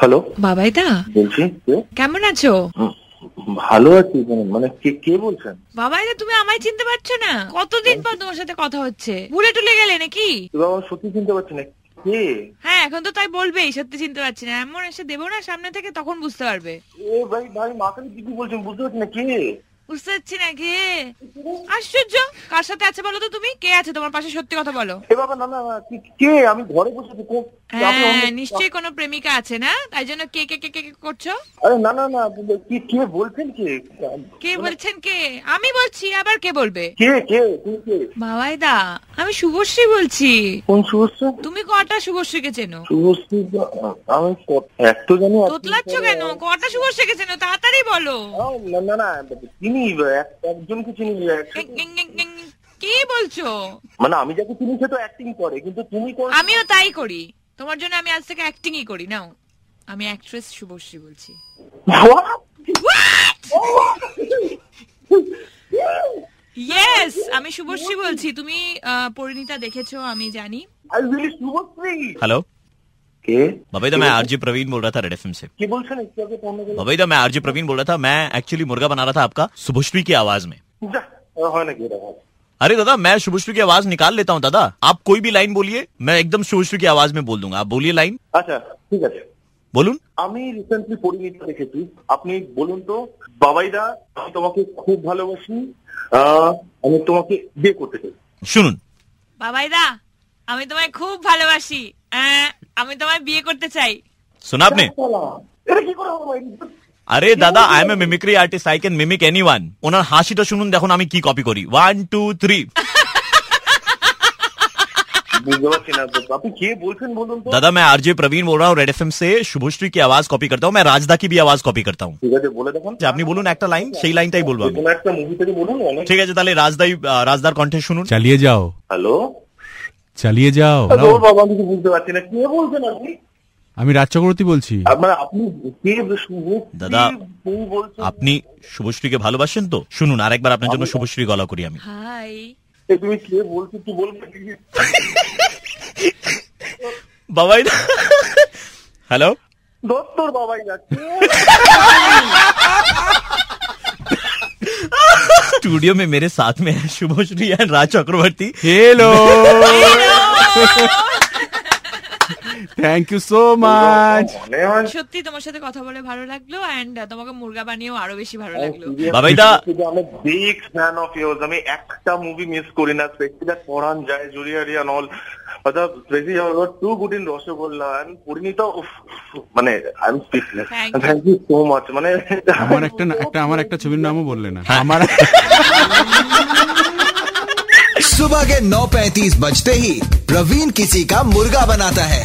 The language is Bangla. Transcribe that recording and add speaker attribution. Speaker 1: হ্যালো
Speaker 2: বাবাইদা
Speaker 1: বলছি কে
Speaker 2: কেমন আছো
Speaker 1: উম, ভালো আছি মানে মানে কে কে বলছেন
Speaker 2: বাবাইদা তুমি আমায় চিনতে পারছো না কতদিন পর তোমার সাথে কথা হচ্ছে ভুলে টুলে গেলে নাকি
Speaker 1: তুই বাবা সত্যি চিনতে পারছি না কে
Speaker 2: হ্যাঁ এখন তো তাই বলবেই সত্যি চিনতে পারছি না এমন এসে দেবো না সামনে থেকে তখন বুঝতে পারবে
Speaker 1: এ ভাই ভাই মাকে দিদি বলছেন বুঝতে পারছি না কে
Speaker 2: বুঝতে পারছি না কে আশ্চর্য কার সাথে আছে বলো তো তুমি কে আছে তোমার পাশে সত্যি কথা বলো
Speaker 1: এ বাবা না না না, কি- কে আমি ঘরে বসে আছি, কো- আমি
Speaker 2: হ্যাঁ
Speaker 1: অন্য-
Speaker 2: নিশ্চয়ই কোনো প্রেমিকা আছে না তাই জন্য কে কে কে কে কে করছো
Speaker 1: আরে না না না বলে- কি কে বলছেন কে মানে
Speaker 2: কে বলছেন কে আমি বলছি আবার কে বলবে
Speaker 1: কে কে তুমি কে
Speaker 2: বাবাইদা আমি শুভশ্রী বলছি
Speaker 1: কোন শুভশ্রী
Speaker 2: তুমি কটা শুভশ্রীকে চেনো
Speaker 1: শুভশ্রী আ- আমি কত- এক তো জানি আপনি-
Speaker 2: তোতলাচ্ছো কেন কটা শুভর শিখেছেন তাড়াতাড়ি বলো
Speaker 1: আও, না না না চিনি এক- একজনকে চিনি
Speaker 2: গিং,
Speaker 1: এক-
Speaker 2: গিং, গিং, গিং। কি বলছো
Speaker 1: মানে আমি যাকে চিনি সে তো অ্যাক্টিং করে কিন্তু তুমি করো
Speaker 2: আমিও তাই করি তোমার জন্য আমি আজ থেকে অ্যাক্টিংই করি নাও আমি অ্যাক্ট্রেস শুভশ্রী বলছি
Speaker 1: What?
Speaker 2: ইয়েস আমি শুভশ্রী বলছি তুমি আহ, পরিণীতা দেখেছো আমি জানি
Speaker 1: I really Shubhashree.
Speaker 3: हेलो
Speaker 1: के
Speaker 3: बबई मैं आरजे प्रवीण बोल रहा था रेड एफ से
Speaker 1: की बोल सकते क्या के फोन में
Speaker 3: बबई मैं आरजे प्रवीण बोल रहा था मैं एक्चुअली मुर्गा बना रहा था आपका शुभश्री की आवाज में
Speaker 1: जा हो ना गिरा है
Speaker 3: अरे दादा मैं शुभश्री की आवाज निकाल लेता हूँ दादा आप कोई भी लाइन बोलिए मैं एकदम शुभश्री की आवाज में बोल दूंगा आप बोलिए लाइन
Speaker 1: আচ্ছা ঠিক আছে
Speaker 3: बोलून
Speaker 1: আমি রিসেন্টলি পরিণীতা দেখেছি আপনি বলুন তো বাবাইদা আমি তোমাকে খুব ভালোবাসি আহ, আমি তোমাকে বিয়ে করতে চাই
Speaker 3: सुनुन
Speaker 2: বাবাইদা আমি তোমায় খুব ভালোবাসি আহ, আমি তোমায় বিয়ে করতে চাই
Speaker 3: सुना आपने
Speaker 1: শালা, এটা কি করে হবে ভাই?
Speaker 3: আরে দাদা I am a mimicry artist I can mimic anyone ওনার হাসিটা শুনুন দেখুন আমি কি কপি করি ওয়ান টু থ্রি
Speaker 1: বুঝতে পারছি না তো। আপনি কে বলছেন বলুন তো
Speaker 3: দাদা मैं आरजे प्रवीण बोल रहा हूँ रेड एफ से शुभश्री की आवाज कॉपी करता हूँ मैं राजदा की भी आवाज कॉपी करता हूँ
Speaker 1: ঠিক আছে বলে দেখুন
Speaker 3: আপনি বলুন একটা লাইন সেই লাইনটাই বলবো আমি
Speaker 1: কোনো একটা মুভি থেকে বলুন অনেক
Speaker 3: ঠিক আছে তাহলে রাজদাই আহ, রাজদার কণ্ঠে শুনুন
Speaker 4: চালিয়ে যাও
Speaker 1: হ্যালো
Speaker 4: চালিয়ে যাও
Speaker 1: তোর বাবা আমি কিছু বুঝতে পারছি না কে বলছেন আপনি
Speaker 4: আমি রাজ চক্রবর্তী বলছি
Speaker 1: আপনার আপনি কে শুভ
Speaker 3: দাদা,
Speaker 1: তুমি বলছেন
Speaker 3: আপনি শুভশ্রীকে ভালোবাসেন তো শুনুন আরেকবার আপনার জন্য শুভশ্রী গলা করি আমি
Speaker 2: হাই
Speaker 1: এ, তুমি কে বলছো তুই বলবে
Speaker 3: বাবাই হ্যালো
Speaker 1: দত্তর বাবাই না কে?
Speaker 3: स्टूडियो में मेरे साथ में है Shubhashree and Raj Chakraborty
Speaker 4: hello thank you so much
Speaker 1: মনে হয়
Speaker 2: সত্যি তোমার সাথে কথা বলে ভালো লাগলো অ্যান্ড তোমাকে মুরগা বানিয়েও আরো বেশি ভালো
Speaker 1: Oh,
Speaker 2: লাগলো
Speaker 3: বাবাইদা।
Speaker 1: আমি বিগ ফ্যান অফ ইয়োর্স আমি একটা মুভি মিস করি না specially that Paran Jai জুলিয়ারি and all অর্থাৎ specially our two good in rasgulla and Parineeta উফ, উফ, মানে I am speechless
Speaker 2: Thank you.
Speaker 1: Thank you so much মানে
Speaker 4: আমার একটা না- একটা আমার একটা ছবির নামও বললে না আমার
Speaker 5: सुबह के 9:35 बजते ही प्रवीण किसी का मुर्गा बनाता है